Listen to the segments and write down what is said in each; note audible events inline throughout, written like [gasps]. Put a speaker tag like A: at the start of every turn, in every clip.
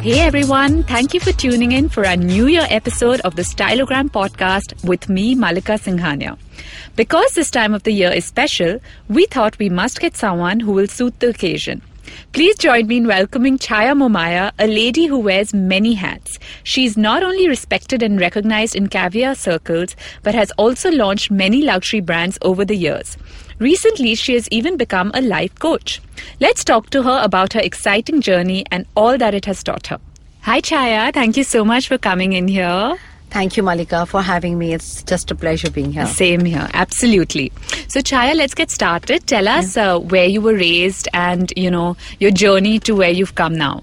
A: Hey everyone, thank you for tuning in for our New Year episode of the Stylogram podcast with me, Malika Singhania. Because this time of the year is special, we thought we must get someone who will suit the occasion. Please join me in welcoming Chaya Momaya, a lady who wears many hats. She is not only respected and recognized in caviar circles, but has also launched many luxury brands over the years. Recently, she has even become a life coach. Let's talk to her about her exciting journey and all that it has taught her. Hi, Chaya. Thank you so much for coming in here.
B: Thank you, Malika, for having me. It's just a pleasure being here.
A: Same here, absolutely. So, Chaya, let's get started. Tell us uh, where you were raised and you know your journey to where you've come now.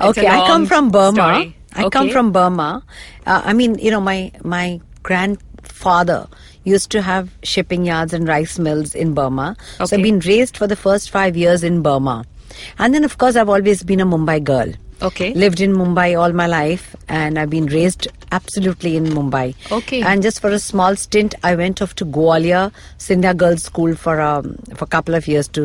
A: It's a
B: okay, I
A: long
B: come from Burma.
A: story.
B: I come
A: Okay.
B: from Burma. Uh, I mean, you know, my my grandfather used to have shipping yards and rice mills in Burma. So
A: Okay.
B: I've been raised for the first five years in Burma, and then of course I've always been a Mumbai girl.
A: Okay.
B: Lived in Mumbai all my life, and I've been raised absolutely in Mumbai.
A: Okay.
B: And just for a small stint, I went off to Gwalior Sindhya Girls School for um, for a couple of years to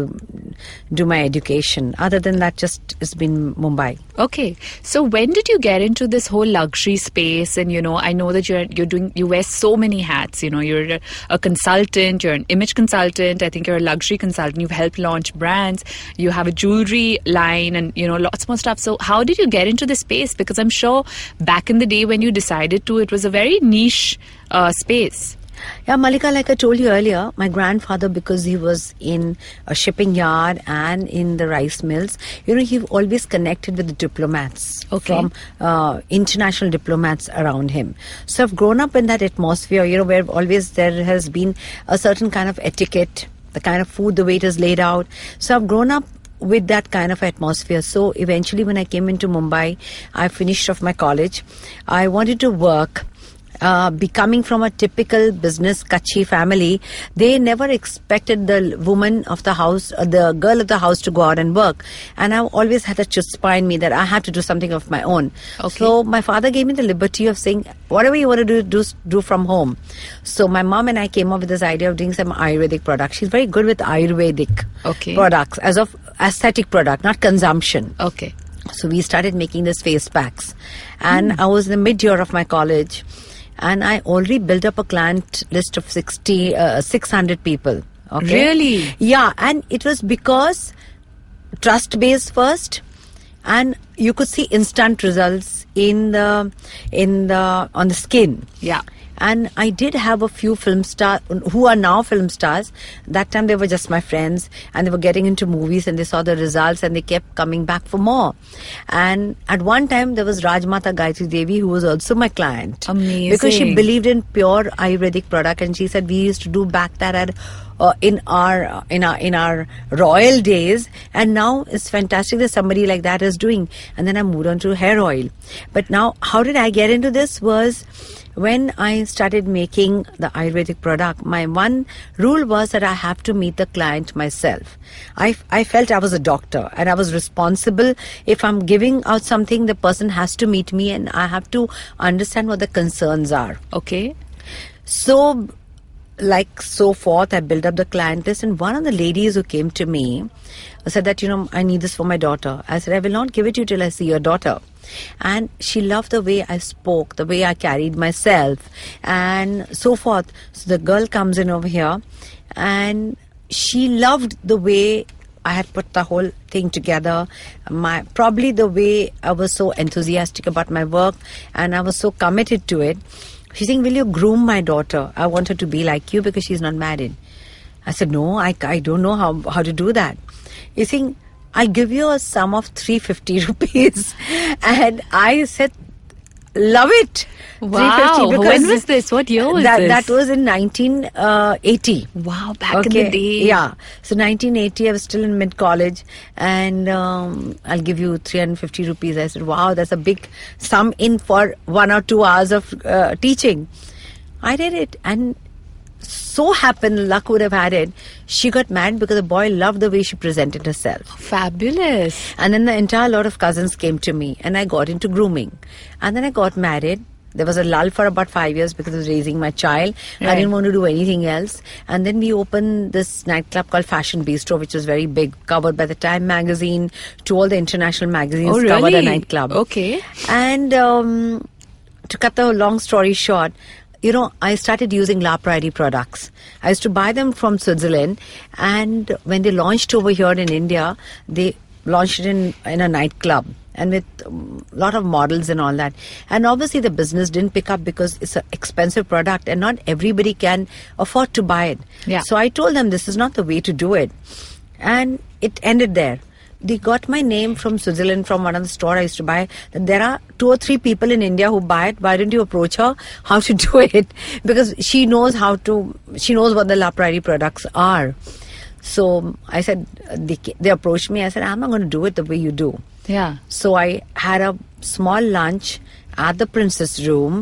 B: do my education. Other than that, just it's been Mumbai.
A: Okay, so when did you get into this whole luxury space? And you know, I know that you're you're doing you wear so many hats. You know, you're a, a consultant, you're an image consultant. I think you're a luxury consultant. You've helped launch brands. You have a jewelry line, and you know, lots more stuff. So how did you get into this space? Because I'm sure back in the day when you decided to, it was a very niche uh, space.
B: Yeah, Malika, like I told you earlier, my grandfather, because he was in a shipping yard and in the rice mills, you know, he always connected with the diplomats
A: Okay.
B: from uh, international diplomats around him. So I've grown up in that atmosphere, you know, where always there has been a certain kind of etiquette, the kind of food the waiters laid out. So I've grown up with that kind of atmosphere. So eventually, when I came into Mumbai, I finished off my college. I wanted to work. Uh, becoming from a typical business Kachi family, they never expected the l- woman of the house, or the girl of the house, to go out and work. And I've always had a chutzpah in me that I have to do something of my own.
A: Okay.
B: So my father gave me the liberty of saying, whatever you want to do, do, s- do from home. So my mom and I came up with this idea of doing some Ayurvedic products. She's very good with Ayurvedic
A: Okay.
B: products, as of aesthetic product, not consumption.
A: Okay,
B: So we started making these face packs. And I was in the mid year of my college. And I already built up a client list of 60, uh, 600 people. Okay.
A: Really?
B: Yeah. And it was because trust based first. And you could see instant results in the, in the, on the skin.
A: Yeah.
B: And I did have a few film stars who are now film stars. That time they were just my friends and they were getting into movies and they saw the results and they kept coming back for more. And at one time there was Rajmata Gayatri Devi who was also my client. Because she
A: Amazing.
B: believed in pure Ayurvedic product and she said we used to do back that at uh, in our in our in our royal days and now it's fantastic that somebody like that is doing and then I moved on to hair oil but now how did I get into this was when I started making the Ayurvedic product, my one rule was that I have to meet the client myself. I, I felt I was a doctor and I was responsible. If I'm giving out something, the person has to meet me and I have to understand what the concerns are.
A: okay,
B: So, like so forth, I built up the client list, and one of the ladies who came to me said that you know I need this for my daughter. I said I will not give it to you till I see your daughter, and she loved the way I spoke, the way I carried myself, and so forth. So the girl comes in over here, and she loved the way I had put the whole thing together. My probably the way I was so enthusiastic about my work, and I was so committed to it. She's saying, Will you groom my daughter? I want her to be like you because she's not married. I said, No, I, I don't know how, how to do that. He's saying, I give you a sum of 350 [laughs] rupees. And I said, Love it.
A: Wow.
B: 350 because
A: When was this? What year was
B: that,
A: this?
B: That was in uh, 1980
A: wow, back in the day.
B: yeah so 1980 i was still in mid college and um, i'll give you 350 rupees i said wow that's a big sum in for one or two hours of uh, teaching i did it and so happened luck would have had it she got married because the boy loved the way she presented herself
A: fabulous.
B: and then the entire lot of cousins came to me and i got into grooming and then i got married There was a lull for about five years because I was raising my child. I
A: Right.
B: didn't want to do anything else. And then we opened this nightclub called Fashion Bistro, which was very big, covered by the Time magazine to all the international magazines,
A: Oh,
B: covered a
A: really?
B: nightclub.
A: Okay.
B: And um, to cut the long story short, you know, I started using La Prairie products. I used to buy them from Switzerland, and when they launched over here in India, they launched it in in a nightclub and with a lot of models and all that. And obviously, the business didn't pick up because it's an expensive product, and not everybody can afford to buy it.
A: Yeah.
B: So I told them this is not the way to do it, and it ended there. They got my name from Switzerland from one of the store I used to buy. There are two or three people in India who buy it. Why don't you approach her [laughs] how to do it? Because she knows how to. She knows what the La Prairie products are. So I said they, they approached me. I said I'm not going to do it the way you do.
A: Yeah.
B: So I had a small lunch at the princess room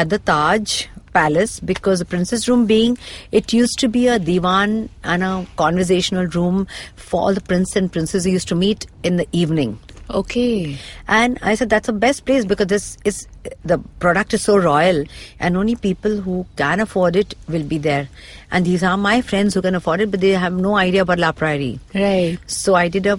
B: at the Taj Palace because the princess room being it used to be a divan and a conversational room for all the prince and princess who used to meet in the evening.
A: Okay.
B: And I said that's the best place because this is the product is so royal and only people who can afford it will be there. And these are my friends who can afford it, but they have no idea about La Prairie.
A: Right.
B: So I did a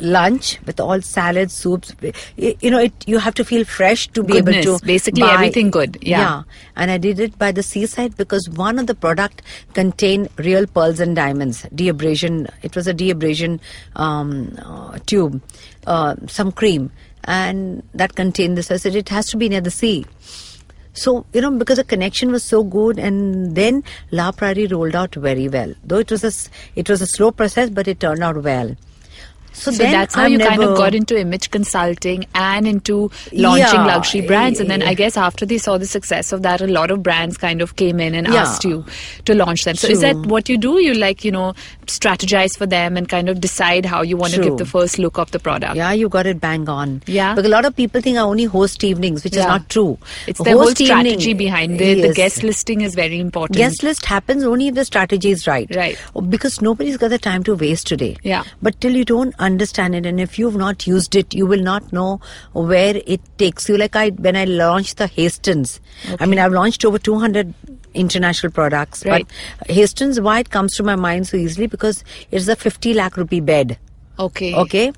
B: lunch with all salads, soups. You you know, it you have to feel fresh to be able
A: Goodness,
B: to
A: basically
B: buy-
A: everything good, yeah.
B: and I did it by the seaside because one of the product contained real pearls and diamonds. Deabrasion. It was a deabrasion um, uh, tube, uh, some cream, and that contained this. I said it has to be near the sea. So, you know, because the connection was so good and then La Prairie rolled out very well. Though it was a, s- it was a slow process, but it turned out well. So,
A: So
B: then
A: that's how
B: I've
A: you kind of
B: never-
A: got into image consulting and into launching
B: Yeah,
A: luxury brands. And then I
B: yeah.
A: guess after they saw the success of that, a lot of brands kind of came in and
B: Yeah.
A: asked you to launch them. So is that
B: True.
A: what you do? You like, you know, strategize for them and kind of decide how you want to give
B: True.
A: the first look of the product.
B: Yeah, you got it bang on.
A: Yeah.
B: Because a lot of people think I only host evenings, which is
A: Yeah.
B: not true.
A: It's the whole
B: Host evening-
A: strategy behind it. The
B: Yes.
A: guest listing is very important.
B: Guest list happens only if the strategy is right.
A: Right.
B: Because nobody's got the time to waste today.
A: Yeah.
B: But till you don't understand it and if you've not used it, you will not know where it takes you. Like I when I launched the Hastings. I mean I've launched over two hundred international products.
A: Right.
B: But Hastings, why it comes to my mind so easily? Because it's a fifty lakh rupee bed.
A: Okay.
B: Okay.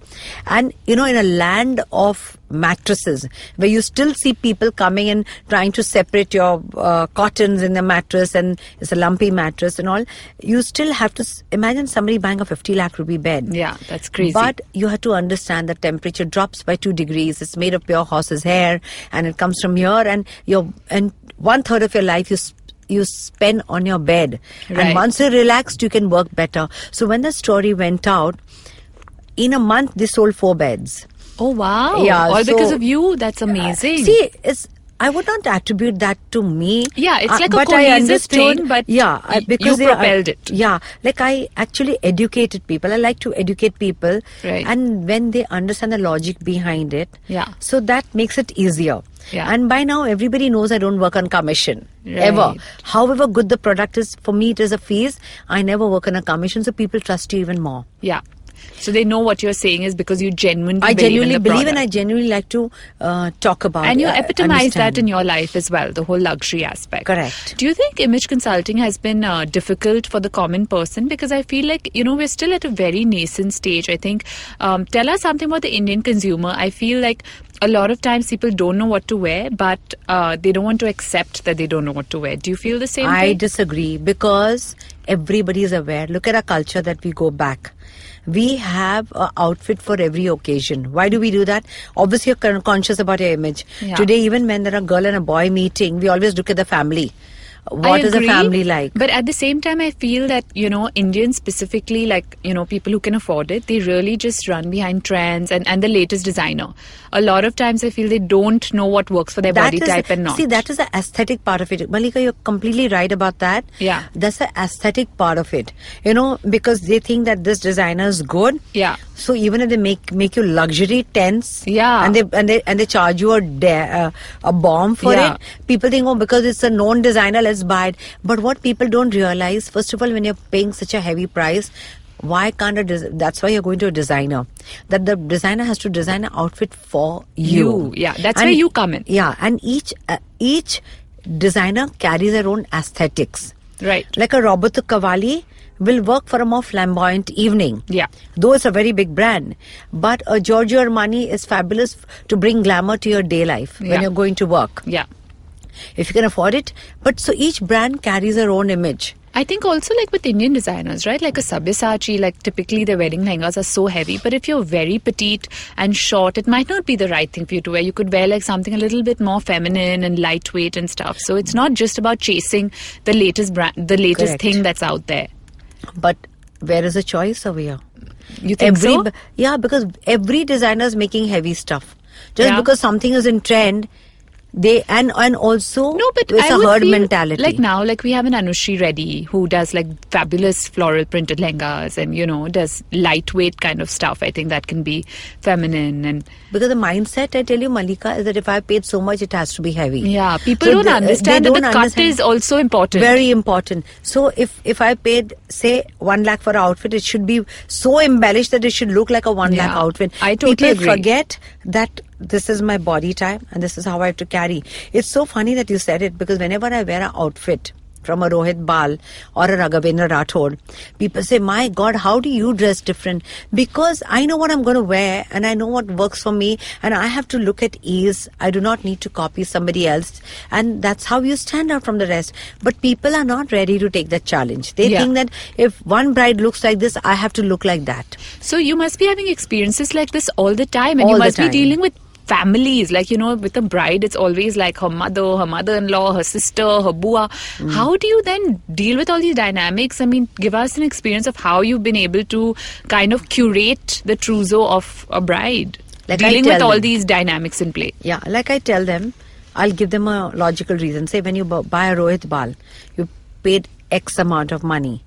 B: And you know, in a land of mattresses where you still see people coming and trying to separate your uh, cottons in the mattress and it's a lumpy mattress and all, you still have to s- imagine somebody buying a 50 lakh rupee bed.
A: Yeah, that's crazy.
B: But you have to understand that temperature drops by two degrees. It's made of pure horse's hair, and it comes from here. And your and one third of your life you s- you spend on your bed.
A: Right.
B: And once you're relaxed, you can work better. So when the story went out, in a month they sold four beds.
A: Oh wow!
B: Yeah,
A: all because
B: so-
A: of you. That's amazing.
B: See, it's. I would not attribute that to me.
A: Yeah, it's
B: Uh,
A: like a
B: but I
A: cohesive
B: understood-
A: thing, but
B: yeah, I-
A: y-
B: because
A: you
B: they are-
A: propelled it.
B: Yeah, like I actually educated people. I like to educate people,
A: Right.
B: and when they understand the logic behind it,
A: Yeah.
B: so that makes it easier.
A: Yeah.
B: and by now everybody knows I don't work on commission ever.
A: Right.
B: However good the product is, for me it is a fees. I never work on a commission, so people trust you even more.
A: yeah. So they know what you're saying is because you genuinely.
B: I
A: believe
B: genuinely
A: in the
B: believe, and I
A: product.
B: genuinely like to uh, talk about.
A: And you
B: uh,
A: epitomize that
B: understand.
A: in your life as well, the whole luxury aspect.
B: Correct.
A: Do you think image consulting has been uh, difficult for the common person? Because I feel like, you know, we're still at a very nascent stage. I think, um, tell us something about the Indian consumer. I feel like a lot of times people don't know what to wear, but uh, they don't want to accept that they don't know what to wear. Do you feel the same
B: I
A: thing?
B: disagree because everybody is aware. Look at our culture that we go back. We have a outfit for every occasion. Why do we do that? Obviously, you're con- conscious about your image.
A: Yeah.
B: Today, even when there are girl and a boy meeting, we always look at the family.
A: I
B: What is
A: agree,
B: the family like?
A: But at the same time, I feel that, you know, Indians specifically, like, you know, people who can afford it, they really just run behind trends and, and the latest designer. A lot of times I feel they don't know what works for their
B: That
A: body
B: is-
A: type and not.
B: See, that is the aesthetic part of it. Malika, you're completely right about that.
A: Yeah.
B: That's the aesthetic part of it. You know, because they think that this designer is good.
A: Yeah.
B: So even if they make make you luxury tents,
A: Yeah.
B: and they and they and they charge you a da- uh, a bomb for
A: Yeah.
B: it, people think oh because it's a known designer, let's buy it. But what people don't realize, first of all, when you're paying such a heavy price, why can't a des- that's why you're going to a designer that the designer has to design an outfit for you,
A: You, yeah, that's where you come in.
B: yeah and each uh, each designer carries their own aesthetics
A: Right.
B: like a roberto cavalli will work for a more flamboyant evening
A: Yeah.
B: though it's a very big brand but a giorgio armani is fabulous f- to bring glamour to your day life
A: Yeah.
B: when you're going to work
A: Yeah.
B: if you can afford it but so each brand carries their own image
A: I think also like with Indian designers, right? Like a Sabyasachi, like typically their wedding lehengas are so heavy. But if you're very petite and short, it might not be the right thing for you to wear. You could wear like something a little bit more feminine and lightweight and stuff. So it's not just about chasing the latest brand, the latest
B: Correct.
A: thing that's out there.
B: but where is the choice over here
A: You think
B: every
A: so?
B: b- yeah because every designer is making heavy stuff just
A: Yeah.
B: because something is in trend they and and also
A: No, but
B: it's
A: I
B: a
A: would
B: herd
A: feel
B: mentality
A: Like now, like we have an Anushri Reddy who does like fabulous floral printed lehengas and you know does lightweight kind of stuff. I think that can be feminine and
B: because the mindset i tell you malika is that if i paid so much it has to be heavy
A: yeah. People
B: So
A: don't
B: they- they
A: understand that
B: don't
A: the
B: understand.
A: cut is also important.
B: very important so if if i paid say 1 lakh for an outfit it should be so embellished that it should look like a 1
A: Yeah.
B: lakh outfit
A: I totally
B: people
A: agree.
B: forget that this is my body type and this is how i have to carry it's so funny that you said it because whenever i wear an outfit from a Rohit Bal or a Raghavendra Rathod. People say, My God, how do you dress different? Because I know what I'm going to wear and I know what works for me and I have to look at ease. I do not need to copy somebody else. And that's how you stand out from the rest. But people are not ready to take that challenge. They
A: Yeah.
B: think that if one bride looks like this, I have to look like that.
A: So you must be having experiences like this all the time, and you
B: All the
A: must be
B: time.
A: dealing with families. Like you know, with a bride, it's always like her mother, her mother-in-law, her sister, her bua.
B: Mm.
A: How do you then deal with all these dynamics? I mean, give us an experience of how you've been able to kind of curate the trousseau of a bride,
B: Like I
A: dealing
B: tell
A: with all
B: them.
A: these dynamics in play.
B: Yeah, like I tell them, I'll give them a logical reason. Say, when you bu- buy a Rohit Bal, you paid X amount of money.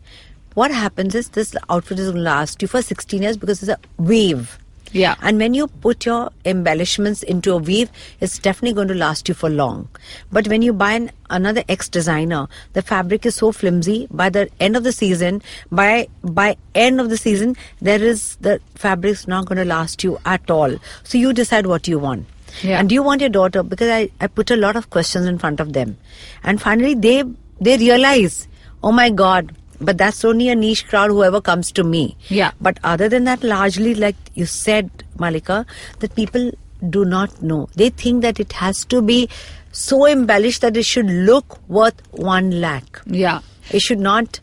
B: What happens is this outfit is going to last you for 16 years because it's a weave.
A: Yeah.
B: And when you put your embellishments into a weave, it's definitely going to last you for long. But when you buy an, another ex designer, the fabric is so flimsy. By the end of the season, by by end of the season, there is the fabric's not going to last you at all. So you decide what you want.
A: Yeah.
B: And do you want your daughter? Because I, I put a lot of questions in front of them. And finally they they realize, oh my God, but that's only a niche crowd whoever comes to me.
A: Yeah.
B: But other than that, largely like you said, Malika, that people do not know. They think that it has to be so embellished that it should look worth one lakh.
A: Yeah.
B: It should not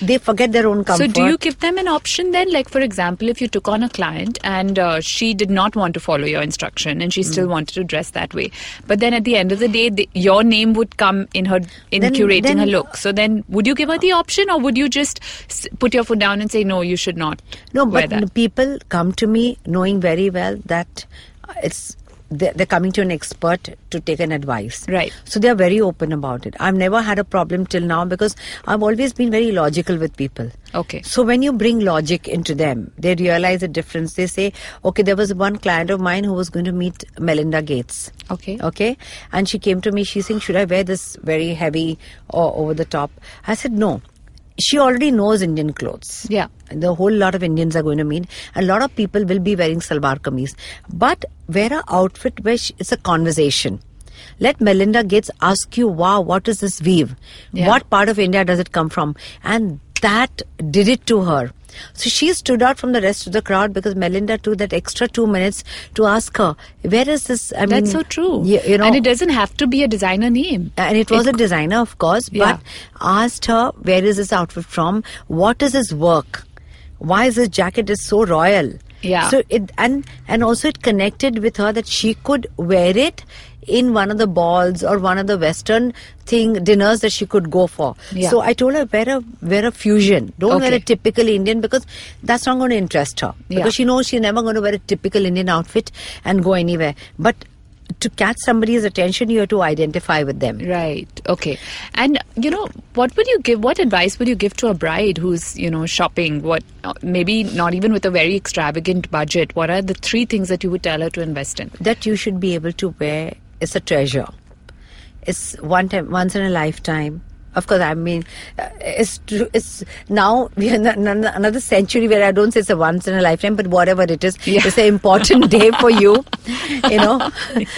B: they forget their own comfort.
A: So, do you give them an option then? Like, for example, if you took on a client and uh, she did not want to follow your instruction and she
B: Mm.
A: still wanted to dress that way, but then at the end of the day, the, your name would come in her in
B: Then-
A: curating
B: then-
A: her look. So then, would you give her the option, or would you just s- put your foot down and say no, you should not
B: No,
A: wear
B: but
A: that?
B: people come to me knowing very well that uh, it's they're they're coming to an expert to take an advice.
A: Right.
B: So they are very open about it. I've never had a problem till now because I've always been very logical with people.
A: Okay.
B: So when you bring logic into them, they realize the difference. They say, okay, there was one client of mine who was going to meet Melinda Gates.
A: Okay.
B: Okay. And she came to me, she's saying, Should I wear this very heavy or over the top? I said, No. She already knows Indian clothes.
A: Yeah.
B: The whole lot of Indians are going to meet. A lot of people will be wearing salwar kameez. But wear a outfit where sh it's a conversation. Let Melinda Gates ask you, wow, what is this weave?
A: Yeah.
B: What part of India does it come from? And that did it to her. So she stood out from the rest of the crowd because Melinda took that extra two minutes to ask her, where is this? uh, I
A: That's
B: mean,
A: so true.
B: y- You know,
A: and it doesn't have to be a designer name.
B: and it was a designer, of course,
A: Yeah.
B: but asked her, where is this outfit from? What is this work? Why is this jacket is so royal?
A: Yeah.
B: So it and and also it connected with her that she could wear it in one of the balls or one of the western thing dinners that she could go for.
A: Yeah.
B: So I told her wear a wear a fusion. Don't wear
A: Okay.
B: a typical Indian because that's not going to interest her.
A: Yeah.
B: Because she knows she's never going to wear a typical Indian outfit and go anywhere. But to catch somebody's attention, you have to identify with them.
A: Right. Okay. And you know, what would you give? What advice would you give to a bride who's you know shopping? What uh, maybe not even with a very extravagant budget. What are the three things that you would tell her to invest in?
B: that you should be able to wear is a treasure. It's one time, once in a lifetime. Of course, I mean, uh, it's true. It's now we are in an- another century where I don't say it's a once in a lifetime, but whatever it is,
A: Yeah.
B: it's an
A: [laughs]
B: important day for you. You know,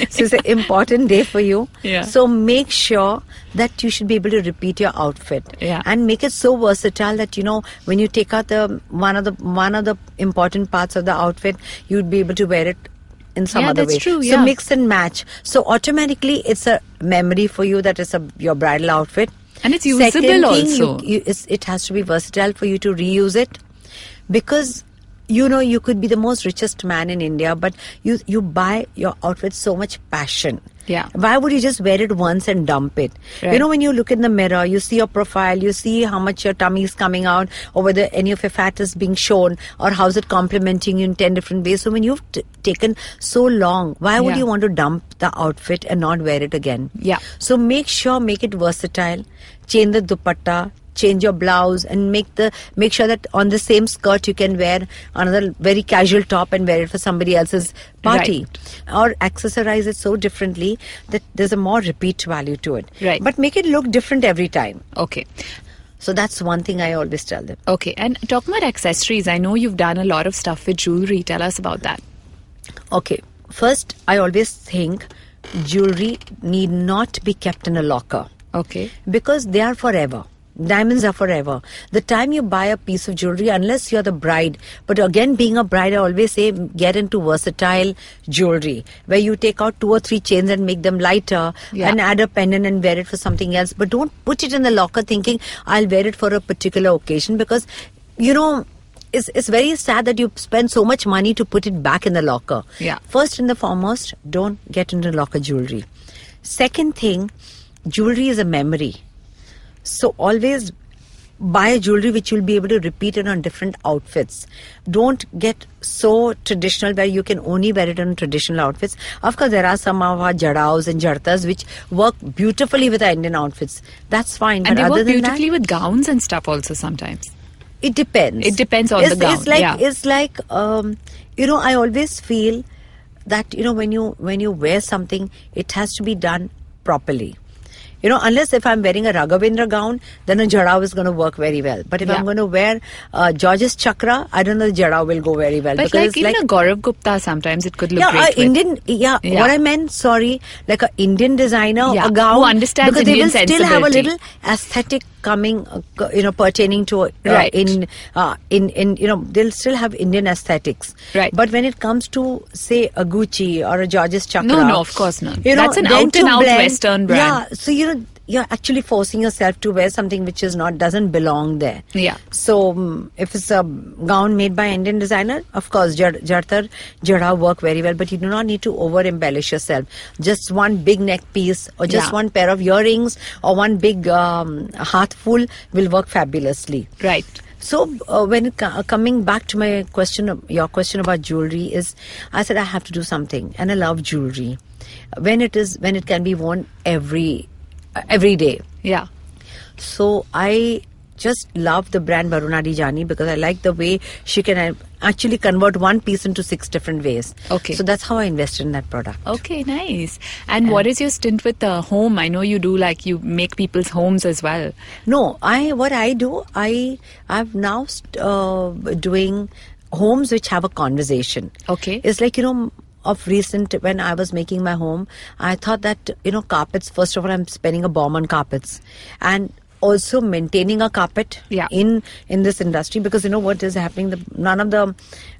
B: so it's an important day for you.
A: Yeah.
B: So make sure that you should be able to repeat your outfit.
A: Yeah.
B: And make it so versatile that you know when you take out the one of the one of the important parts of the outfit, you'd be able to wear it in some
A: Yeah,
B: other
A: that's
B: way.
A: true,
B: So
A: yeah.
B: mix and match. So automatically, it's a memory for you that is a, your bridal outfit.
A: And it's
B: Second
A: usable
B: thing,
A: also.
B: You, you, it's, it has to be versatile for you to reuse it, because you know you could be the most richest man in India, but you you buy your outfit so much passion.
A: Yeah.
B: Why would you just wear it once and dump it? You
A: Right.
B: know, when you look in the mirror, you see your profile, you see how much your tummy is coming out, or whether any of your fat is being shown, or how's it complimenting you in 10 different ways. So, when you've t- taken so long, why would
A: Yeah.
B: you want to dump the outfit and not wear it again?
A: Yeah.
B: So, make sure, make it versatile, change the dupatta. Change your blouse and make the make sure that on the same skirt you can wear another very casual top and wear it for somebody else's party
A: Right.
B: or accessorize it so differently that there's a more repeat value to it.
A: Right.
B: But make it look different every time.
A: Okay.
B: So that's one thing I always tell them.
A: Okay. And talking about accessories, I know you've done a lot of stuff with jewelry. Tell us about that.
B: Okay. First, I always think jewelry need not be kept in a locker
A: Okay.
B: because they are forever. Diamonds are forever. The time you buy a piece of jewelry, unless you're the bride, but again, being a bride, I always say get into versatile jewelry where you take out two or three chains and make them lighter
A: Yeah.
B: and add a pendant and wear it for something else. But don't put it in the locker thinking I'll wear it for a particular occasion because, you know, it's, it's very sad that you spend so much money to put it back in the locker.
A: Yeah.
B: First and the foremost, don't get into locker jewelry. Second thing, jewelry is a memory. So always buy a jewelry which you'll be able to repeat it on different outfits. Don't get so traditional where you can only wear it on traditional outfits. Of course, there are some of our jadaos and jartas which work beautifully with our Indian outfits. That's fine.
A: And
B: but
A: they
B: other
A: work
B: than
A: beautifully
B: that,
A: with gowns and stuff also sometimes.
B: it depends.
A: It depends on
B: it's,
A: the gown,
B: It's like
A: yeah.
B: it's like um, you know. I always feel that you know when you when you wear something, it has to be done properly. You know, unless if I'm wearing a Raghavendra gown, then a jarao is going to work very well. But if
A: Yeah.
B: I'm going to wear uh, George's chakra, I don't know the jarao will go very well
A: But like even a Gaurav Gupta sometimes it could look
B: yeah,
A: great.
B: a
A: with.
B: Indian. Yeah,
A: Yeah.
B: what I meant, sorry, like a Indian designer,
A: Yeah,
B: a gown
A: who understands
B: because
A: Indian
B: they will still have a
A: sensibility.
B: little aesthetic coming, uh, co- you know, pertaining to uh,
A: Right.
B: in uh, in in you know they'll still have Indian aesthetics.
A: Right.
B: But when it comes to say a Gucci or a George's chakra,
A: No, no, of course not. That's an
B: then
A: out
B: to
A: and out Western brand.
B: Yeah, so you know you're actually forcing yourself to wear something which is not doesn't belong there.
A: Yeah.
B: So um, if it's a gown made by Indian designer, of course, jar- jartar, jara work very well. But you do not need to over embellish yourself. Just one big neck piece, or just
A: Yeah.
B: one pair of earrings, or one big um, heartful will work fabulously.
A: Right.
B: So uh, when it co- coming back to my question, of- your question about jewelry is, I said I have to do something, and I love jewelry. When it is, when it can be worn every, uh, every day.
A: Yeah.
B: So I just love the brand Varunadi Jani because I like the way she can uh, actually convert one piece into six different ways.
A: Okay.
B: So that's how I invested in that product.
A: Okay, nice. And what is your stint with the home? I know you do like you make people's homes as well.
B: No, I what I do, I I'm now st- uh, doing homes which have a conversation.
A: Okay.
B: It's like you know. Of recent, when I was making my home, I thought that you know carpets. First of all, I'm spending a bomb on carpets, and also maintaining a carpet
A: Yeah.
B: in in this industry because you know what is happening. The, none of the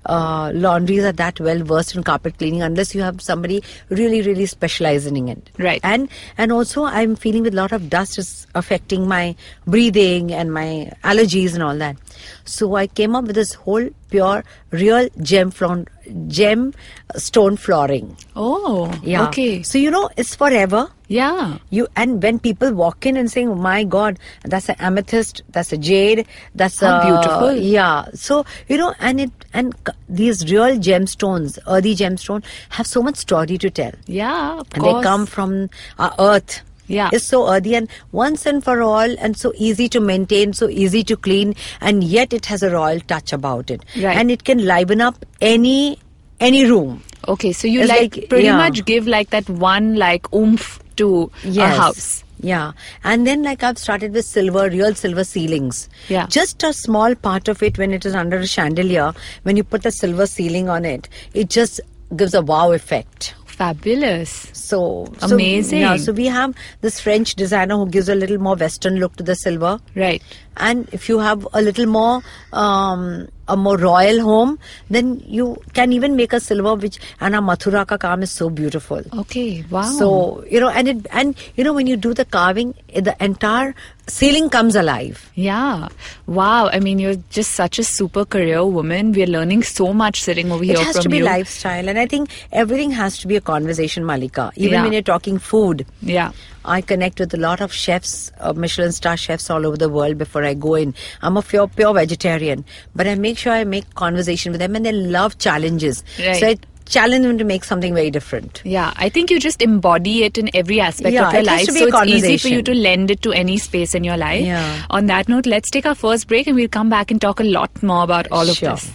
B: uh, laundries are that well versed in carpet cleaning unless you have somebody really really specializing in it.
A: Right.
B: And and also I'm feeling with a lot of dust is affecting my breathing and my allergies and all that. So I came up with this whole pure real gem floor, gem stone flooring.
A: Oh,
B: Yeah.
A: Okay.
B: So you know it's forever.
A: Yeah.
B: You and when people walk in and saying, "Oh "My God, that's an amethyst, that's a jade, that's
A: How
B: a
A: beautiful.
B: Yeah. So you know, and it and c- these real gemstones, earthy gemstone, have so much story to tell.
A: Yeah. Of
B: And
A: course.
B: they come from our earth.
A: Yeah.
B: It's so earthy and once and for all and so easy to maintain, so easy to clean, and yet it has a royal touch about it.
A: Right.
B: And it can liven up any any room.
A: Okay, so you
B: It's
A: like,
B: like-
A: pretty
B: yeah.
A: much give like that one like oomph to a house.
B: Yeah. And then, like, I've started with silver, real silver ceilings.
A: Yeah.
B: Just a small part of it when it is under a chandelier, when you put the silver ceiling on it, it just gives a wow effect.
A: Fabulous.
B: So so-
A: Amazing.
B: yeah, so we have this French designer who gives a little more Western look to the silver.
A: Right.
B: And if you have a little more, um, a more royal home, then you can even make a silver, which, and our Mathura ka kaam is so beautiful.
A: Okay. Wow.
B: So you know, and it and you know when you do the carving, eh, the entire ceiling comes alive.
A: yeah. Wow. I mean, you're just such a super career woman. We're learning so much sitting over here
B: it has
A: from
B: to be
A: you.
B: lifestyle, and I think everything has to be a conversation, Malika. Even
A: Yeah.
B: when you're talking food,
A: Yeah.
B: I connect with a lot of chefs, uh, Michelin star chefs all over the world. Before I go in, I'm a pure pure vegetarian, but I make sure I make conversation with them, and they love challenges.
A: Right.
B: So I challenge them to make something very different.
A: Yeah, I think you just embody it in every aspect
B: Yeah,
A: of your
B: it has
A: life.
B: to
A: so
B: be a
A: it's easy for you
B: conversation.
A: to lend it to any space in your life.
B: Yeah.
A: On that note, let's take our first break and we'll come back and talk a lot more about all of
B: Sure.
A: this.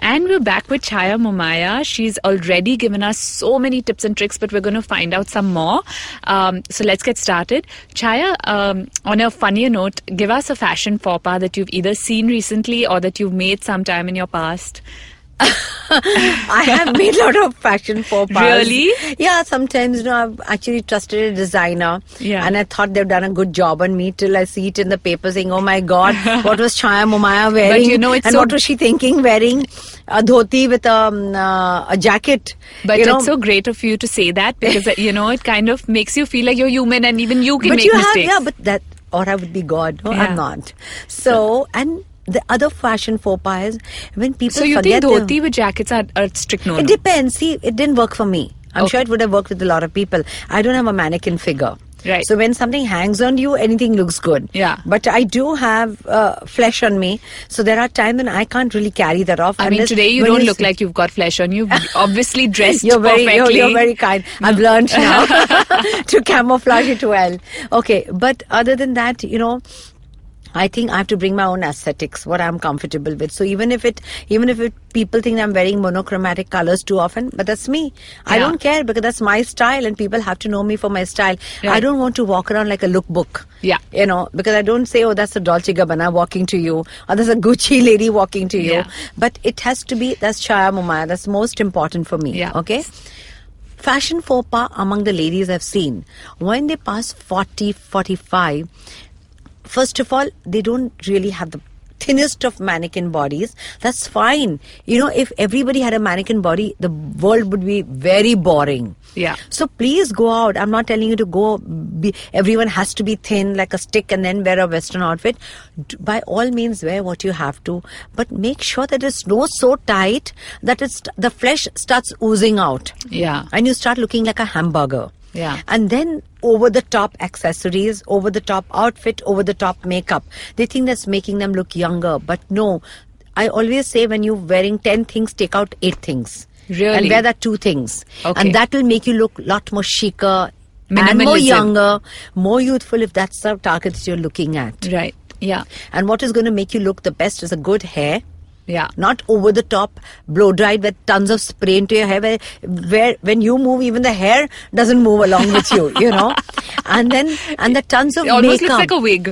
A: And we're back with Chaya Momaya. She's already given us so many tips and tricks, but we're going to find out some more. Um, so let's get started. Chaya, um, on a funnier note, give us a fashion faux pas that you've either seen recently or that you've made sometime in your past.
B: I
A: [laughs]
B: have made a lot of fashion faux pas.
A: Really?
B: Yeah, sometimes you know I've actually trusted a designer.
A: Yeah.
B: And I thought they've done a good job on me till I see it in the paper saying, Oh my
A: [laughs]
B: god, what was Chaya Momaya wearing?
A: you know, it's
B: and
A: so-
B: what was she thinking wearing? A dhoti with um, uh, a jacket.
A: But
B: you know?
A: it's so great of you to say that because, uh, you know, it kind of makes you feel like you're human and even you can
B: but
A: make
B: you
A: mistakes.
B: have yeah, but that or I would be God. No,
A: Yeah.
B: I'm not. So and the other fashion faux pas is when people
A: so you think
B: forget their-
A: dhoti with jackets are, are strict no
B: It depends. See, it didn't work for me. I'm
A: Okay.
B: sure it would have worked with a lot of people. I don't have a mannequin figure.
A: Right.
B: So when something hangs on you, anything looks good.
A: Yeah.
B: But I do have uh, flesh on me, so there are times when I can't really carry that off.
A: I mean,
B: unless-
A: today you
B: when
A: don't look
B: see-
A: like you've got flesh on.
B: [laughs]
A: You've obviously dressed
B: You're very, you're,
A: perfectly.
B: you're very kind. I've learned
A: [laughs]
B: now [laughs] to camouflage it well. Okay, but other than that, you know, I think I have to bring my own aesthetics, what I'm comfortable with. So even if it, even if it, people think I'm wearing monochromatic colors too often, but that's me. I
A: Yeah.
B: don't care because that's my style, and people have to know me for my style. I
A: Right.
B: don't want to walk around like a lookbook.
A: Yeah.
B: you know, because I don't say, oh, that's a Dolce Gabbana walking to you, or that's a Gucci lady walking to you.
A: Yeah.
B: But it has to be that's Chaya Mumaya. That's most important for me.
A: Yeah.
B: Okay. Fashion faux pas among the ladies I've seen. When they pass 40, 45, first of all, they don't really have the thinnest of mannequin bodies. That's fine. You know, if everybody had a mannequin body, the world would be very boring.
A: Yeah.
B: So please go out. I'm not telling you to go. Be, everyone has to be thin like a stick and then wear a western outfit. D- By all means, wear what you have to, but make sure that it's no so tight that it's the flesh starts oozing out
A: Yeah.
B: and you start looking like a hamburger.
A: Yeah.
B: And then over the top accessories, over the top outfit, over the top makeup. They think that's making them look younger, but no. I always say when you're wearing 10 things, take out 8 things.
A: Really?
B: And wear the two things.
A: Okay.
B: And that will make you look lot more chicer and more
A: Minimalism.
B: younger, more youthful if that's the targets you're looking at.
A: Right. Yeah.
B: And what is going to make you look the best is a good hair
A: Yeah.
B: not over the top blow dried with tons of spray into your hair where, where when you move even the hair doesn't move along with you you know
A: [laughs]
B: and then and the tons of
A: It almost
B: makeup
A: looks like a wig.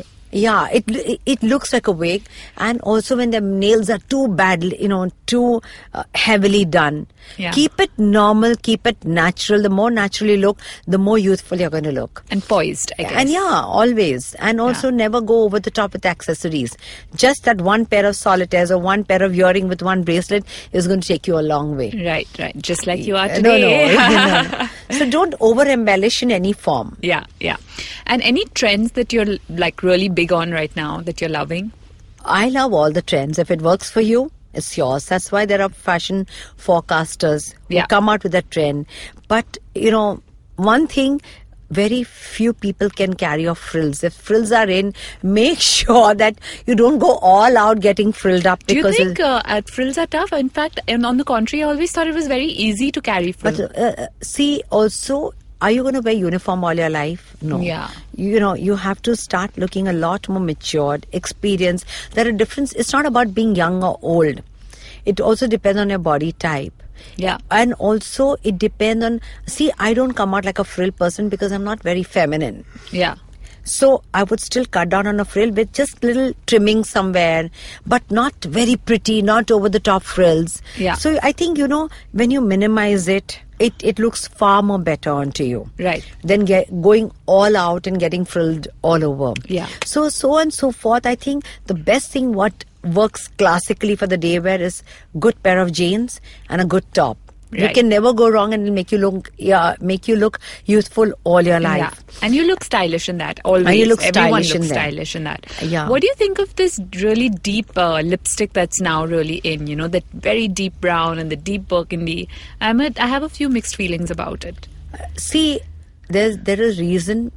B: yeah it l- it looks like a wig and also when the nails are too badly you know too uh, heavily done
A: Yeah.
B: keep it normal keep it natural the more natural you look the more youthful you're going to look
A: And poised, I guess.
B: and yeah, always. And also never go over the top with accessories. Just that one pair of solitaires or one pair of earring with one bracelet is going to take you a long way.
A: Right, right. Just like you are
B: Uh, no,
A: today.
B: no,
A: [laughs]
B: [laughs] no, no. So don't over embellish in any form.
A: yeah, yeah. And any trends that you're like really big on right now that you're loving?
B: I love all the trends. If it works for you, it's yours. That's why there are fashion forecasters who
A: Yeah.
B: come out with a trend. But, you know, one thing very few people can carry off frills. If frills are in, [laughs] make sure that you don't go all out getting frilled up
A: Do you
B: because
A: think uh, uh, frills are tough? In fact, and on the contrary, I always thought it was very easy to carry frills.
B: But uh, uh, see, also, are you going to wear uniform all your life? No.
A: Yeah.
B: You know, you have to start looking a lot more matured, experienced. There are difference. It's not about being young or old. It also depends on your body type.
A: Yeah.
B: And also, it depends on. See, I don't come out like a frill person because I'm not very feminine.
A: Yeah.
B: So I would still cut down on a frill with just little trimming somewhere, but not very pretty, not over the top frills.
A: Yeah.
B: So I think you know when you minimize it, it it looks far more better onto you.
A: Right.
B: Than get, going all out and getting frilled all over.
A: Yeah.
B: So so and so forth. I think the best thing what works classically for the day wear is good pair of jeans and a good top. You
A: Right.
B: can never go wrong, and it'll make you look yeah make you look youthful all your life.
A: Yeah. And you look stylish in that. Always.
B: And you look
A: Everyone
B: stylish
A: looks
B: in that.
A: stylish in that.
B: Yeah.
A: What do you think of this really deep uh, lipstick that's now really in? You know, that very deep brown and the deep burgundy. I'm a, I have a few mixed feelings about it.
B: see there's there is reason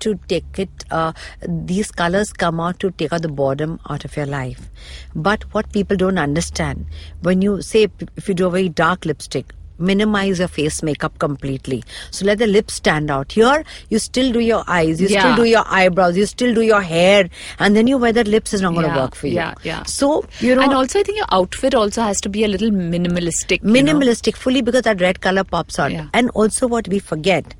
B: to take it uh, these colors come out to take out the boredom out of your life but what people don't understand when you say p- if you do a very dark lipstick minimize your face makeup completely so let the lips stand out here you still do your eyes you
A: Yeah.
B: still do your eyebrows you still do your hair and then you wear the lips is not going to
A: Yeah,
B: work for you
A: yeah, yeah.
B: so you know
A: and also, I think your outfit also has to be a little minimalistic. you know?
B: minimalistic fully because that red color pops out
A: Yeah.
B: and also what we forget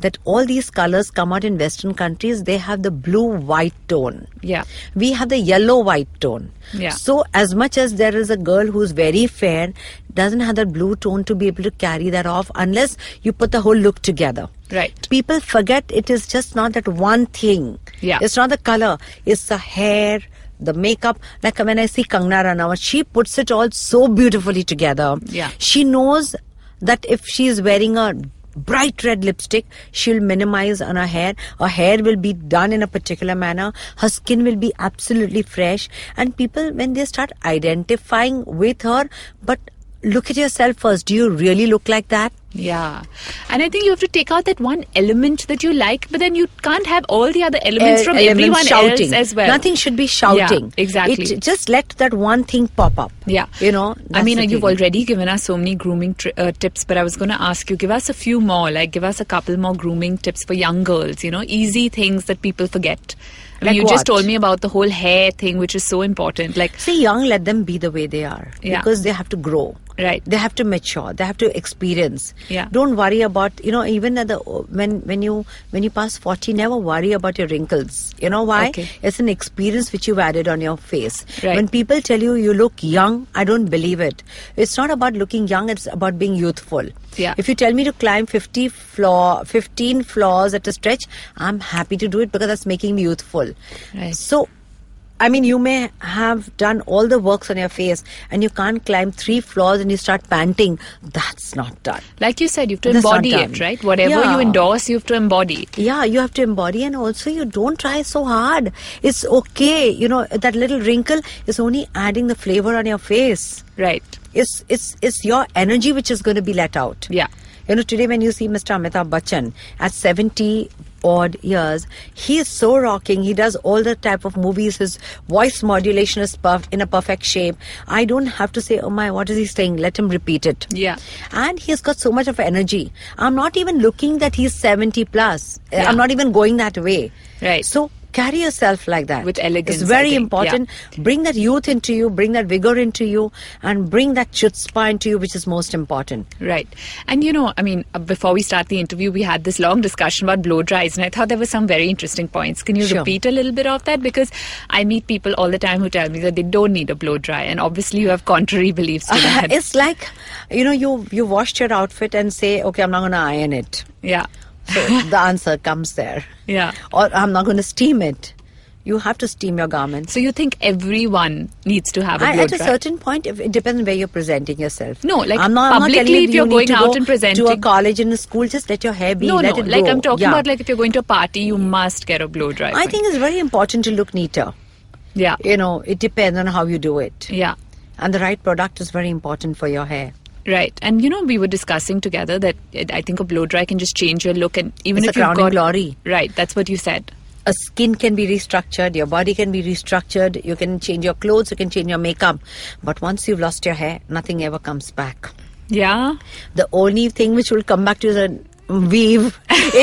B: that all these colors come out in western countries they have the blue white tone
A: Yeah.
B: we have the yellow white tone
A: Yeah.
B: so as much as there is a girl who's very fair doesn't have that blue tone to be able to carry that off unless you put the whole look together
A: Right.
B: people forget it is just not that one thing
A: Yeah.
B: it's not the color it's the hair the makeup like when i see kangna ranaut she puts it all so beautifully together
A: Yeah.
B: she knows that if she is wearing a bright red lipstick she'll minimize on her hair her hair will be done in a particular manner her skin will be absolutely fresh and people when they start identifying with her but look at yourself first do you really look like that
A: Yeah. And I think you have to take out that one element that you like, but then you can't have all the other elements
B: e-
A: from
B: elements
A: everyone
B: shouting.
A: else as well.
B: Nothing should be shouting.
A: Yeah, exactly.
B: It, just let that one thing pop up.
A: Yeah.
B: You know.
A: I
B: that's
A: mean,
B: the
A: you've
B: thing.
A: already given us so many grooming tri- uh, tips, but I was going to ask you, give us a few more, like give us a couple more grooming tips for young girls, you know, easy things that people forget. I mean,
B: Like
A: you just
B: what?
A: told me about the whole hair thing, which is so important. Like,
B: See, young, let them be the way they are
A: Yeah.
B: because they have to grow.
A: Right.
B: They have to mature. They have to experience.
A: Yeah.
B: Don't worry about you know even at the when when you when you pass forty, never worry about your wrinkles. You know why?
A: Okay.
B: It's an experience which you've added on your face.
A: Right.
B: When people tell you you look young, I don't believe it. It's not about looking young. It's about being youthful.
A: Yeah.
B: If you tell me to climb fifty floor, fifteen floors at a stretch, I'm happy to do it because that's making me youthful.
A: Right.
B: So, I mean, you may have done all the works on your face and you can't climb three floors and you start panting. That's not done.
A: like you said, you have to
B: That's not
A: embody
B: done.
A: it, right? Whatever
B: Yeah.
A: you endorse, you have to embody.
B: Yeah, you have to embody and also you don't try so hard. It's okay. You know, that little wrinkle is only adding the flavor on your face.
A: Right.
B: It's, it's, it's your energy which is going to be let out.
A: Yeah.
B: You know, today when you see Mr. Amitabh Bachchan at 70 odd years, he is so rocking. He does all the type of movies. His voice modulation is perf- in a perfect shape. I don't have to say, oh my, what is he saying? Let him repeat it.
A: Yeah.
B: And he's got so much of energy. I'm not even looking that he's 70 plus.
A: Yeah.
B: I'm not even going that way.
A: Right.
B: So carry yourself like that.
A: With elegance,
B: It's
A: I
B: very
A: think.
B: important. Bring that youth into you, bring that vigor into you, and bring that chutzpah into you, which is most important.
A: Right. And you know, I mean, uh, before we start the interview, we had this long discussion about blow dries, and I thought there were some very interesting points. Can you
B: Sure.
A: repeat a little bit of that? Because I meet people all the time who tell me that they don't need a blow dry, and obviously you have contrary beliefs to that.
B: [laughs] it's like you know you you washed your outfit and say okay i'm not going to iron it
A: yeah.
B: so
A: [laughs]
B: the answer comes there
A: Yeah.
B: or i'm not going to steam it you have to steam your garments
A: So you think everyone needs to have a
B: I,
A: blow
B: at a
A: dry?
B: certain point, if, it depends on where you're presenting yourself.
A: No, like,
B: I'm not, I'm not telling
A: publicly if
B: you you
A: you're
B: need
A: going
B: to
A: out
B: go
A: and
B: to a
A: presenting-
B: college and a school, just let your hair be.
A: no, no.
B: let it
A: Like
B: go.
A: I'm talking
B: Yeah.
A: about, like if you're going to a party, you must get a blow dry.
B: I
A: for-
B: think it's very important to look neater.
A: Yeah.
B: You know, it depends on how you do it,
A: Yeah.
B: and the right product is very important for your hair.
A: Right. And you know, we were discussing together that it- I think a blow dry can just change your look, and even
B: It's
A: if
B: a
A: you've
B: crowning
A: got
B: glory.
A: Right. That's what you said.
B: a skin can be restructured, your body can be restructured, you can change your clothes, you can change your makeup. But once you've lost your hair, nothing ever comes back.
A: Yeah.
B: The only thing which will come back to you is an
A: [laughs]
B: weave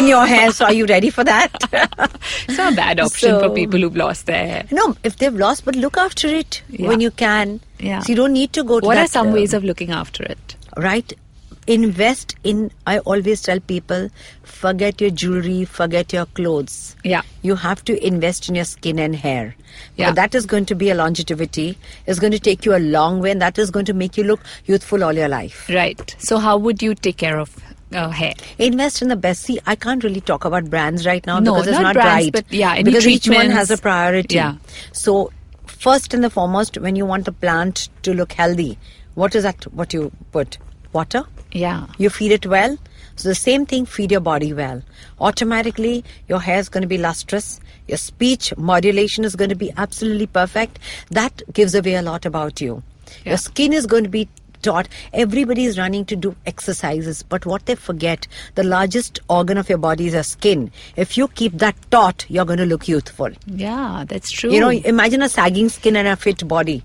B: in your hair. So are you ready for that?
A: It's not a bad option
B: [laughs] So-
A: for people who've lost their hair.
B: no, if they've lost, but look after it
A: Yeah.
B: when you can.
A: Yeah.
B: So you don't need to go to
A: What
B: that,
A: are some
B: uh,
A: ways of looking after it?
B: right invest in i always tell people forget your jewelry forget your clothes
A: Yeah.
B: you have to invest in your skin and hair
A: Yeah.
B: But that is going to be a longevity it's going to take you a long way and that is going to make you look youthful all your life
A: Right. So, how would you take care of uh, hair?
B: invest in the best see i can't really talk about brands right now
A: No,
B: because it's
A: not
B: not,
A: brands,
B: right
A: but yeah, any
B: because each one
A: treatments.
B: has a priority
A: Yeah.
B: so first and the foremost when you want the plant to look healthy what is that what you put water
A: Yeah.
B: you feed it well so the same thing feed your body well automatically your hair is going to be lustrous your speech modulation is going to be absolutely perfect that gives away a lot about you
A: Yeah.
B: your skin is going to be taught everybody is running to do exercises but what they forget the largest organ of your body is your skin if you keep that taut you're going to look youthful
A: Yeah, that's true.
B: you know imagine a sagging skin and a fit body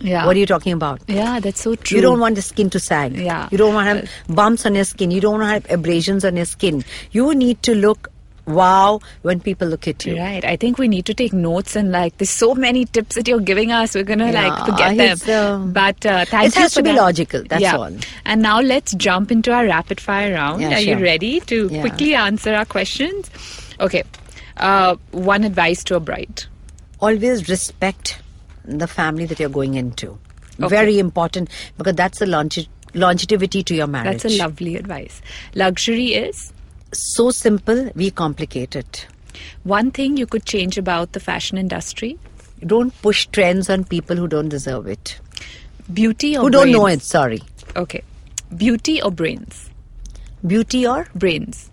A: yeah.
B: what are you talking about
A: Yeah, that's so true.
B: you don't want the skin to sag.
A: Yeah. Uh,
B: You don't want to have bumps on your skin. You don't want to have abrasions on your skin. You need to look wow when people look at you.
A: Right. I think we need to take notes and like, there's so many tips that you're giving us. We're gonna like
B: Yeah,
A: forget them.
B: it's, um,
A: but uh, thank
B: it
A: you.
B: has
A: for
B: to be
A: that.
B: logical, that's
A: yeah.
B: all.
A: And now let's jump into our rapid fire round.
B: Yeah,
A: Are
B: sure.
A: you ready to
B: Yeah.
A: quickly answer our questions? Okay. Uh, one advice to a bride.
B: Always respect the family that you're going into. Very important because that's the longe- longevity to your marriage.
A: That's a lovely advice. Luxury is
B: So simple, we complicate it.
A: one thing you could change about the fashion industry.
B: Don't push trends on people who don't deserve it.
A: Beauty or
B: Who don't know it,
A: brains?
B: sorry.
A: Okay. Beauty or brains?
B: Beauty or
A: Brains.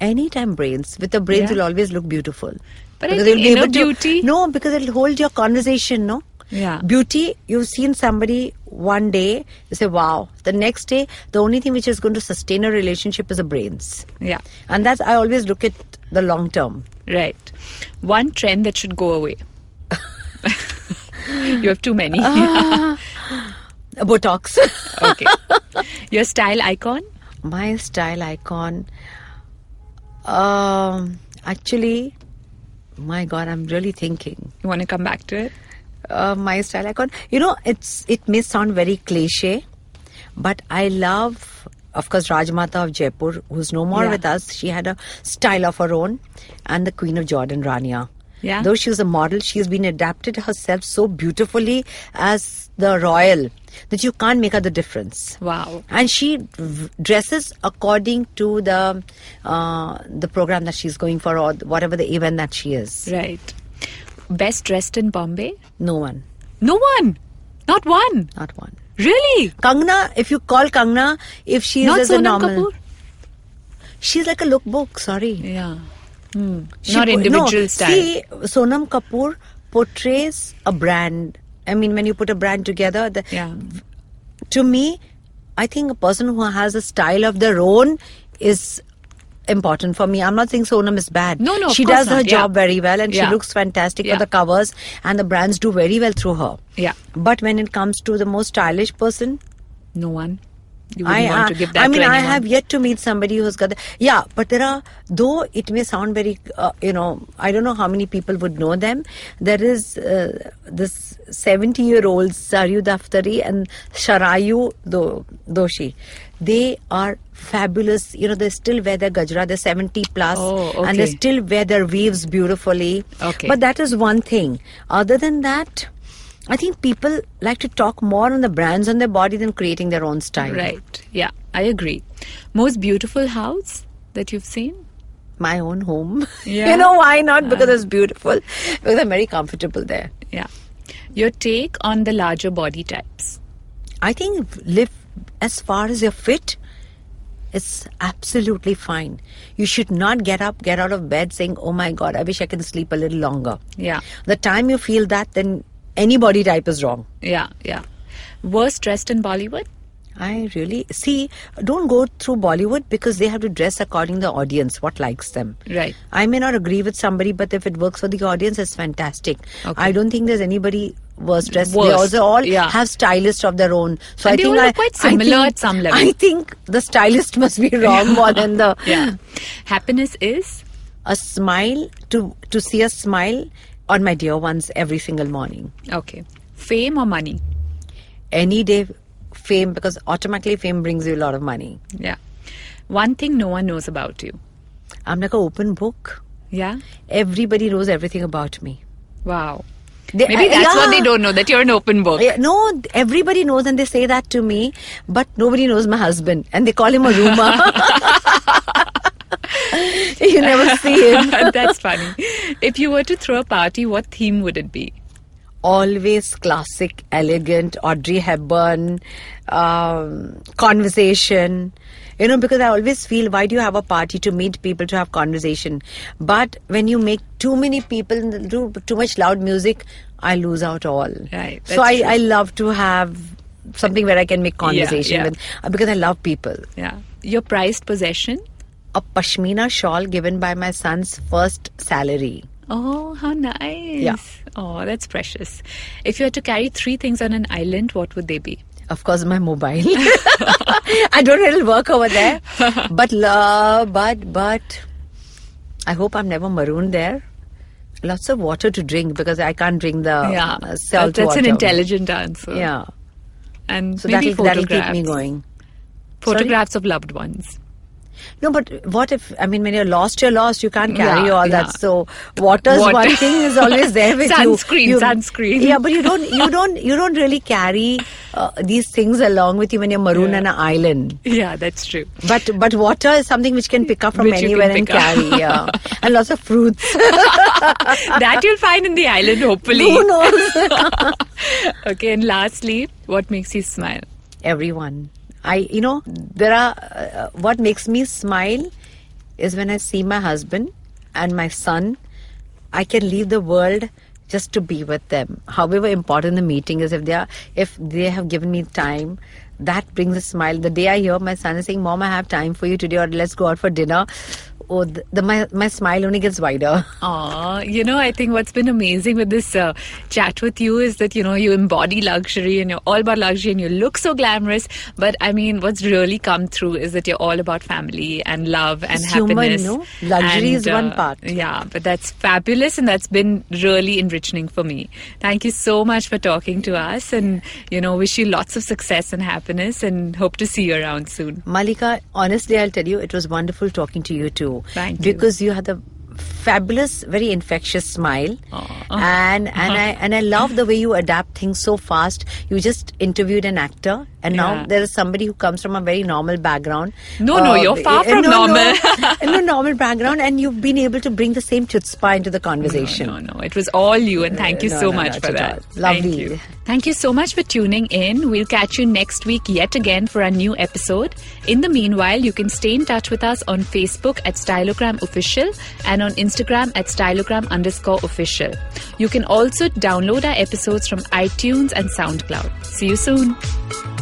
B: anytime brains with the brains
A: Yeah.
B: will always look beautiful
A: But I think
B: they'll be
A: inner
B: able to-
A: beauty-
B: no because it'll hold your conversation no
A: Yeah.
B: beauty you've seen somebody one day you say wow the next day the only thing which is going to sustain a relationship is the brains
A: Yeah.
B: and that's i always look at the long term
A: Right. One trend that should go away. [laughs] you have too
B: [laughs]
A: many. [laughs]
B: botox [laughs]
A: okay. Your style icon?
B: my style icon um actually my god i'm really thinking
A: You want to come back to it?
B: uh, my style icon. You know, it's it may sound very cliche, but I love, of course, Rajmata of Jaipur, who's no more
A: Yeah.
B: with us. She had a style of her own, and the Queen of Jordan, Rania.
A: Yeah.
B: Though she was a model, she has been adapted herself so beautifully as the royal that you can't make out the difference.
A: Wow.
B: And she v- dresses according to the uh, the program that she's going for or whatever the event that she is.
A: Right. Best dressed in Bombay?
B: No one,
A: No one. Not one.
B: not one.
A: Really?
B: Kangna, if you call Kangna, if she is
A: Not
B: as a
A: Sonam
B: normal,
A: Kapoor?
B: she's like a lookbook. Sorry,
A: Yeah. Hmm.
B: She
A: Not
B: po-
A: individual
B: no,
A: style.
B: See, Sonam Kapoor portrays a brand. I mean, when you put a brand together, the,
A: yeah.
B: to me, I think a person who has a style of their own is important for me. I'm not saying Sonam is bad.
A: No, no, of
B: she
A: course
B: does her
A: not. Yeah.
B: job very well, and
A: Yeah.
B: she looks fantastic
A: Yeah.
B: for the covers, and the brands do very well through her.
A: Yeah.
B: But when it comes to the most stylish person,
A: No one. You wouldn't want to give that
B: I mean,
A: to
B: I
A: anyone.
B: have yet to meet somebody who's got the yeah. But there are though it may sound very uh, you know I don't know how many people would know them. There is uh, this seventy-year-old Saryu Daftari and Sharayu Do- Doshi. They are fabulous. You know, they still wear their gajra. They're seventy plus,
A: Oh,
B: and they
A: okay.
B: still wear their weaves beautifully.
A: Okay.
B: But that is one thing. Other than that. I think people like to talk more on the brands on their body than creating their own style.
A: Right. Yeah. I agree. Most beautiful house that you've seen?
B: my own home. [laughs]
A: Yeah.
B: you know why not? Because it's beautiful. Because I'm very comfortable there.
A: Yeah. Your take on the larger body types?
B: I think live as far as you're fit. It's absolutely fine. You should not get up, get out of bed saying, "Oh my God, I wish I can sleep a little longer."
A: Yeah.
B: The time you feel that, then any body type is wrong.
A: Yeah, yeah. Worst dressed in Bollywood?
B: I really see. Don't go through Bollywood because they have to dress according to the audience, what likes them.
A: Right.
B: I may not agree with somebody, but if it works for the audience, it's fantastic.
A: Okay.
B: I don't think there's anybody were dressed. They
A: Worst,
B: also all
A: yeah.
B: have stylists of their own. So
A: And
B: I
A: they
B: think
A: all
B: I,
A: look quite
B: I
A: similar
B: think-
A: at some level.
B: I think the stylist [laughs] must be wrong more than the
A: [laughs]
B: [gasps]
A: yeah. Happiness is
B: a smile to to see a smile on my dear ones every single morning.
A: okay. Fame or money?
B: Any day, fame because automatically fame brings you a lot of money.
A: Yeah. One thing no one knows about you.
B: I'm like an open book.
A: Yeah.
B: Everybody knows everything about me.
A: Wow.
B: They-
A: Maybe
B: I-
A: that's what
B: yeah.
A: they don't know that you're an open
B: [laughs]
A: book. [laughs]
B: Yeah, no, everybody knows and they say that to me, but nobody knows my husband and they call him a rumor. [laughs] you never see him.
A: that's funny. If you were to throw a party, what theme would it be?
B: Always classic, elegant, Audrey Hepburn, um, conversation. You know, because I always feel, why do you have a party to meet people to have conversation? But when you make too many people in the room, too much loud music, I lose out all.
A: Right,
B: So
A: that's
B: I,
A: true.
B: I love to have something where I can make conversation
A: yeah.
B: with uh, because I love people.
A: Yeah. Your prized possession?
B: a pashmina shawl given by my son's first salary.
A: Oh, how nice.
B: Yeah.
A: Oh, that's precious. If you had to carry three things on an island, what would they be?
B: Of course, my mobile. [laughs] I don't know it'll work
A: [laughs]
B: over there, but la, but but I hope I'm never marooned there. Lots of water to drink because I can't drink the
A: yeah.
B: uh,
A: That-
B: salt
A: that's
B: water.
A: an intelligent answer.
B: Yeah,
A: And
B: so
A: maybe
B: that'll, that'll
A: photographs.
B: keep me going. Sorry?
A: Photographs of loved ones. [laughs]
B: No, but what if I mean when you're lost, you're lost. You can't carry
A: Yeah,
B: all
A: yeah.
B: that. So water's
A: Water.
B: one thing is
A: [laughs]
B: always there with
A: Sunscreen,
B: you. you.
A: sunscreen.
B: Yeah, but you don't, you don't, you don't really carry uh, these things along with you when you're marooned
A: Yeah.
B: on an island.
A: Yeah, that's true.
B: But but water is something which can pick up from
A: Which you can
B: anywhere and
A: pick up.
B: carry.
A: [laughs]
B: Yeah, and lots of fruits. [laughs]
A: that you'll find in the island, hopefully.
B: Who
A: [laughs]
B: knows?
A: okay, and lastly, what makes you smile?
B: Everyone. I you know there are uh, what makes me smile is when I see my husband and my son. I can leave the world just to be with them. However important the meeting is, if they are if they have given me time, that brings a smile. The day I hear my son is saying, "Mom, I have time for you today," or "Let's go out for dinner," oh, the, the my my smile only gets wider. [laughs]
A: Aw, you know, I think what's been amazing with this uh, chat with you is that, you know, you embody luxury and you're all about luxury and you look so glamorous. But I mean, what's really come through is that you're all about family and love and
B: It's human,
A: happiness. uh,
B: no? Luxury is one part.
A: Yeah, but that's fabulous and that's been really enriching for me. Thank you so much for talking to us and, you know, wish you lots of success and happiness and hope to see you around soon.
B: Malika, honestly, I'll tell you, it was wonderful talking to you too.
A: Thank you.
B: Because you had the fabulous, very infectious smile, and and I and I love the way you adapt things so fast. You just interviewed an actor, and now
A: Yeah.
B: there is somebody who comes from a very normal background.
A: No, no, you're far
B: [laughs] eh,
A: from
B: no, no,
A: normal.
B: [laughs] no normal background, and you've been able to bring the same chutzpah into the conversation.
A: No, no, it was all you, and thank you
B: No,
A: so
B: no,
A: much
B: not
A: for
B: at
A: that.
B: all. Lovely.
A: Thank you. Thank you so much for tuning in. We'll catch you next week yet again for our new episode. In the meanwhile, you can stay in touch with us on Facebook at Stylogram Official and on Instagram at Stylogram underscore official. You can also download our episodes from iTunes and SoundCloud. See you soon.